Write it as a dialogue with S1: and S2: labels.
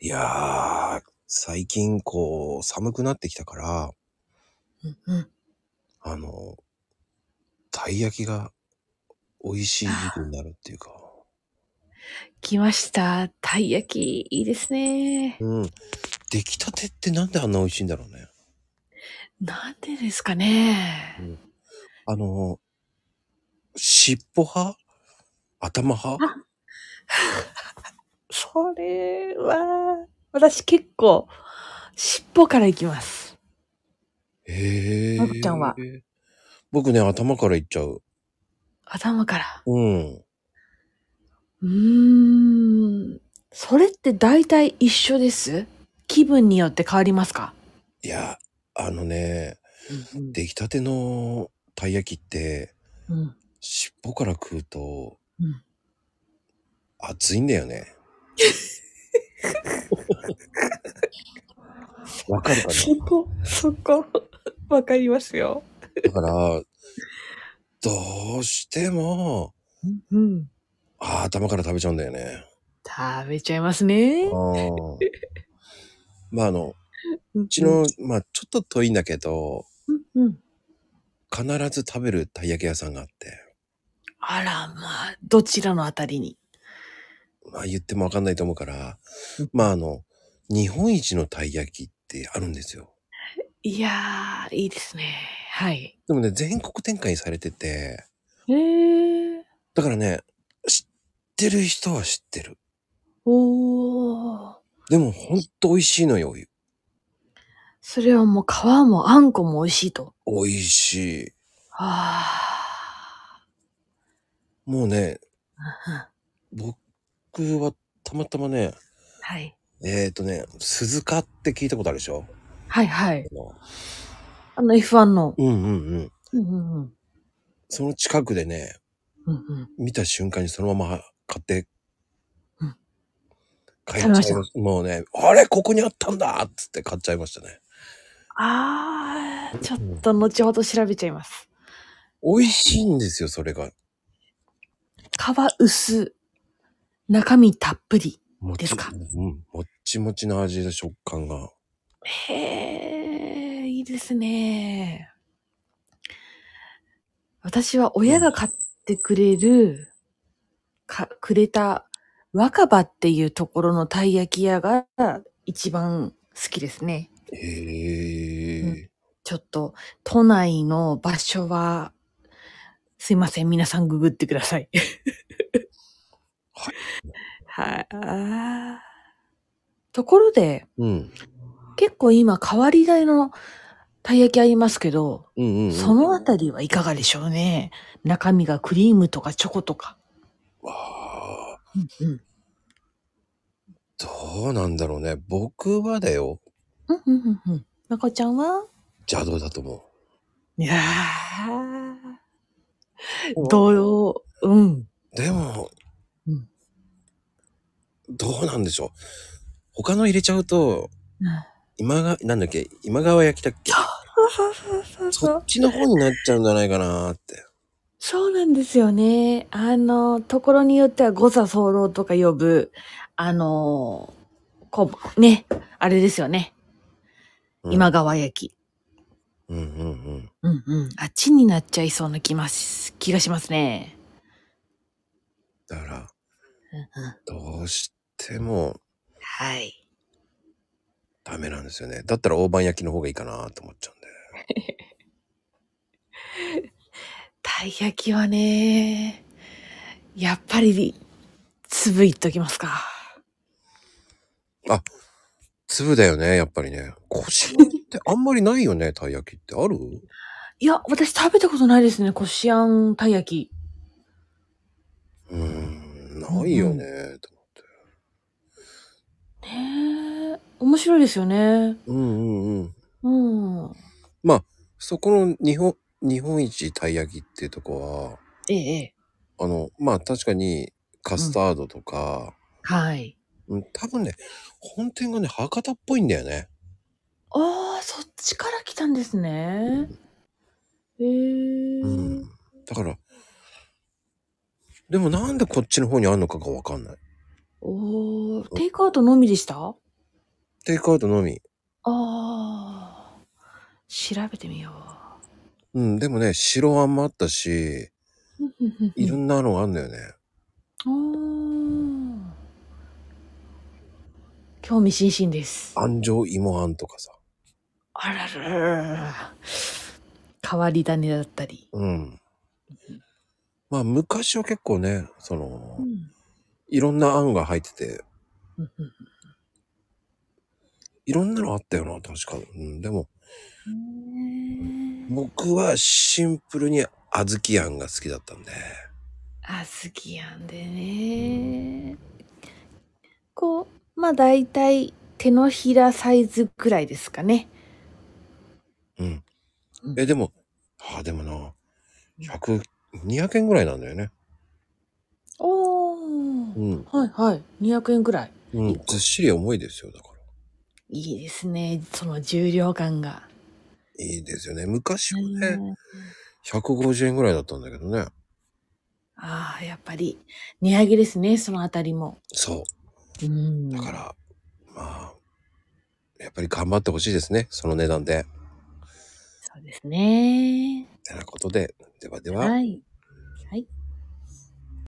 S1: いやー、最近こう、寒くなってきたから、
S2: うんうん。
S1: あの、たい焼きが美味しい時期になるっていうか。
S2: 来ました。たい焼き、いいですね。
S1: うん。出来たてってなんであんな美味しいんだろうね。
S2: なんでですか
S1: う
S2: ね。
S1: ん。あの、尻尾派頭派
S2: あ、それは、私結構、尻尾からいきます。
S1: へ
S2: のぶちゃんは。
S1: え。僕ね、頭からいっちゃう。
S2: 頭から。
S1: うん。
S2: うーん。それって大体一緒です気分によって変わりますか
S1: いや、あのね、
S2: うんうん。
S1: 出来たてのたい焼きって、
S2: うん。
S1: 尻尾から食うと
S2: うん。
S1: 熱いんだよ ね。わかるかな
S2: そこ、そこ、わかりますよ。
S1: だから、どうしても、
S2: うんうん。
S1: ああ、頭から食べちゃうんだよね。
S2: 食べちゃいますね。
S1: ああ。まあ、あの、う
S2: うん
S1: ち
S2: うん。
S1: の、まあ、ちょっと遠いんだけど、
S2: うんうん。
S1: 必ず食べるたい焼き屋さんがあって。
S2: あら、まあ、どちらのあたりに。
S1: まあ、言ってもわかんないと思うから、
S2: うんう
S1: まあ、
S2: ん。
S1: あの、日本一のたい焼きってあるんですよ。
S2: いや、いいですね。はい。
S1: でもね、全国展開されてて、
S2: へえ。
S1: だからね、知ってる人は知ってる。
S2: おお。
S1: でも、ほんと美味しいのよ。
S2: それはもう皮もあんこも美味しいと。
S1: 美味しい。
S2: ああ。
S1: もうね、
S2: うんうん。
S1: 僕はたまたまね、
S2: はい。
S1: えーとね、鈴鹿って聞いたことあるでしょ
S2: はいはい。
S1: あの
S2: あの F1 の。
S1: うんうんうん。
S2: うんうんうん。
S1: その近くでね、
S2: うんうん。
S1: 見た瞬間にそのまま買って
S2: うん。
S1: 買
S2: 食
S1: っ
S2: べま
S1: ち
S2: し
S1: ゃいま
S2: た。
S1: す。もうね、あれここにあったんだっつって買っちゃいましたね。
S2: ああ、ちょっ
S1: うん。
S2: と後ほど調べちゃいます。
S1: 美味しいんですよ、それが。
S2: 皮薄、中身たっぷり
S1: も
S2: です
S1: ち、
S2: か
S1: うん、もっちもちの味で食感が。
S2: へえ、いいですね。私は
S1: う
S2: 親
S1: ん。
S2: が買ってくれる、か、くれた若葉っていうところのたい焼き屋が一番好きですね。うん。
S1: へえ。
S2: ちょっと都内の場所は、すいません、皆さんググってください。
S1: はい。
S2: はい。あーところで、
S1: うん。
S2: 結構今変わり種のたい焼きありますけど、
S1: うんうんう
S2: そ
S1: ん。
S2: のあたりはいかがでしょうね。中身がクリームとかチョコとか。
S1: わあ、
S2: うんうん。
S1: どうなんだろうね。僕はだよ。
S2: うんうんうんうん。まこちゃんは
S1: 邪道だと思う。
S2: いやー、
S1: お
S2: どう、うん。
S1: でも、
S2: うん。
S1: どうなんでしょう。他の入れちゃうと、
S2: うん。
S1: 今が、なんだっけ、今川焼きだっけ。
S2: そうそうそうそう
S1: そ
S2: そ
S1: っ
S2: う。
S1: ちの方になっちゃうんじゃないかなって。
S2: そうなんですよね。あの、ところによっては、誤差騒動とか呼ぶ、あの、こう、ね、あれですよね。
S1: うん。
S2: 今川焼き。
S1: うんうんうん。
S2: うんうん。あっちになっちゃいそうな気ます、気がしますね。
S1: だから、
S2: うんうん。
S1: どうしても
S2: はい。
S1: ダメなんですよね。だったら大判焼きの方がいいかなと思っちゃうんで。
S2: たい焼きはね、やっぱり、粒いっときますか。
S1: あ、粒だよね、やっぱりね。こしあんってあんまりないよね、たい焼きって。ある
S2: いや、私食べたことないですね。こしあんたい焼き。
S1: うーん、
S2: うん
S1: ないよ
S2: うん。
S1: ね、と思って。
S2: ねえ。面白いですよね。
S1: うんうんうん。
S2: うん。
S1: まあ、そこの日本、日本一たい焼きっていうとこは、
S2: ええ。ええ
S1: あの、まあ確かにカ
S2: う
S1: ス
S2: ん。
S1: タードとか、
S2: はい。
S1: うん、多分ね、本店がね、博多っぽいんだよね。
S2: ああ、そっちから来たんですね。へ
S1: うん。
S2: え。
S1: だから、でもなんでこっちの方にあるのかがわかんない。
S2: おー、
S1: う
S2: テイクアウトのみでした
S1: テイクアウトのみ。
S2: ああ。調べてみよ
S1: うん、でもね、白あんもあったし、
S2: う。
S1: いろんなのがあんだよね。
S2: おー興味津々です。
S1: 安城芋あんとかさ。
S2: あらららら。変わり種だったり。
S1: うん。まあ、昔は結構ね、その
S2: う、ん
S1: いろんなあんが入ってて、
S2: うんうん
S1: いろんなのあったよな、確か。うん、でも、
S2: ねえ
S1: 僕はシンプルに小豆あんが好きだったんで。
S2: あ好きやんでねこうまあ大体手のひらサイズくらいですかね
S1: うん
S2: う。ん
S1: え、でも、ああ、でもな、100、200円ぐらいなんだよね。
S2: おお、
S1: うん。
S2: はいはい200円くらい
S1: うん、ずっしり重いですよ、だから。
S2: いいですねその重量感が、
S1: いいですよね。昔は
S2: う
S1: ね、
S2: ん
S1: 150円ぐらいだったんだけどね。
S2: ああやっぱり値上げですねそのあたりも
S1: そうう。
S2: ん
S1: だから、まあ、やっぱり頑張ってほしいですね。その値段で。
S2: そうですね
S1: てなことで、ではでは。
S2: はい